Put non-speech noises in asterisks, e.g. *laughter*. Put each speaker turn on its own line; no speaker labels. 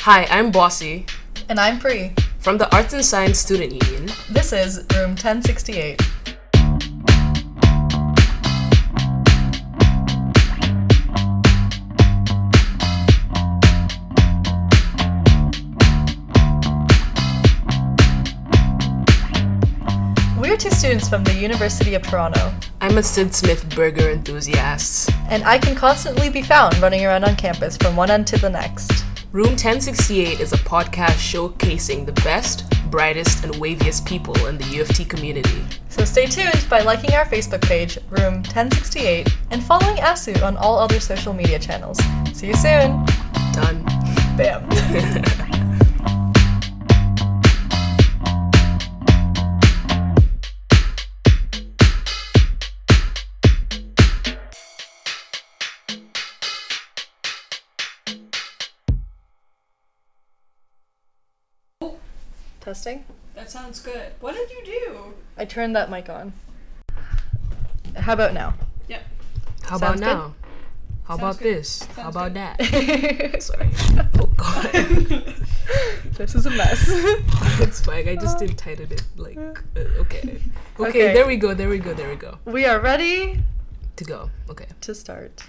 Hi, I'm Bossy
And I'm Pri.
from the Arts and Science Student Union.
This is room 1068. We're two students from the University of Toronto,
I'm a Sid Smith burger enthusiast.
and I can constantly be found running around on campus from one end to the next.
Room 1068 is a podcast showcasing the best, brightest, and waviest people in the U of T community.
So stay tuned by liking our Facebook page, Room 1068, and following ASU on all other social media channels. See you soon!
Done.
Bam! *laughs* Testing?
That sounds good. What did you do?
I turned that mic on. How about now?
Yep.
How about
Sounds good.
now? How about
good.
this? How
Sounds
about
good.
that?
*laughs*
this
Sorry. Oh god. *laughs*
is a mess. *laughs*
it's fine. I just did titled it like uh, okay. okay.
Okay.
there we go. There we go. There we go.
we are ready
To go. Okay.
to start.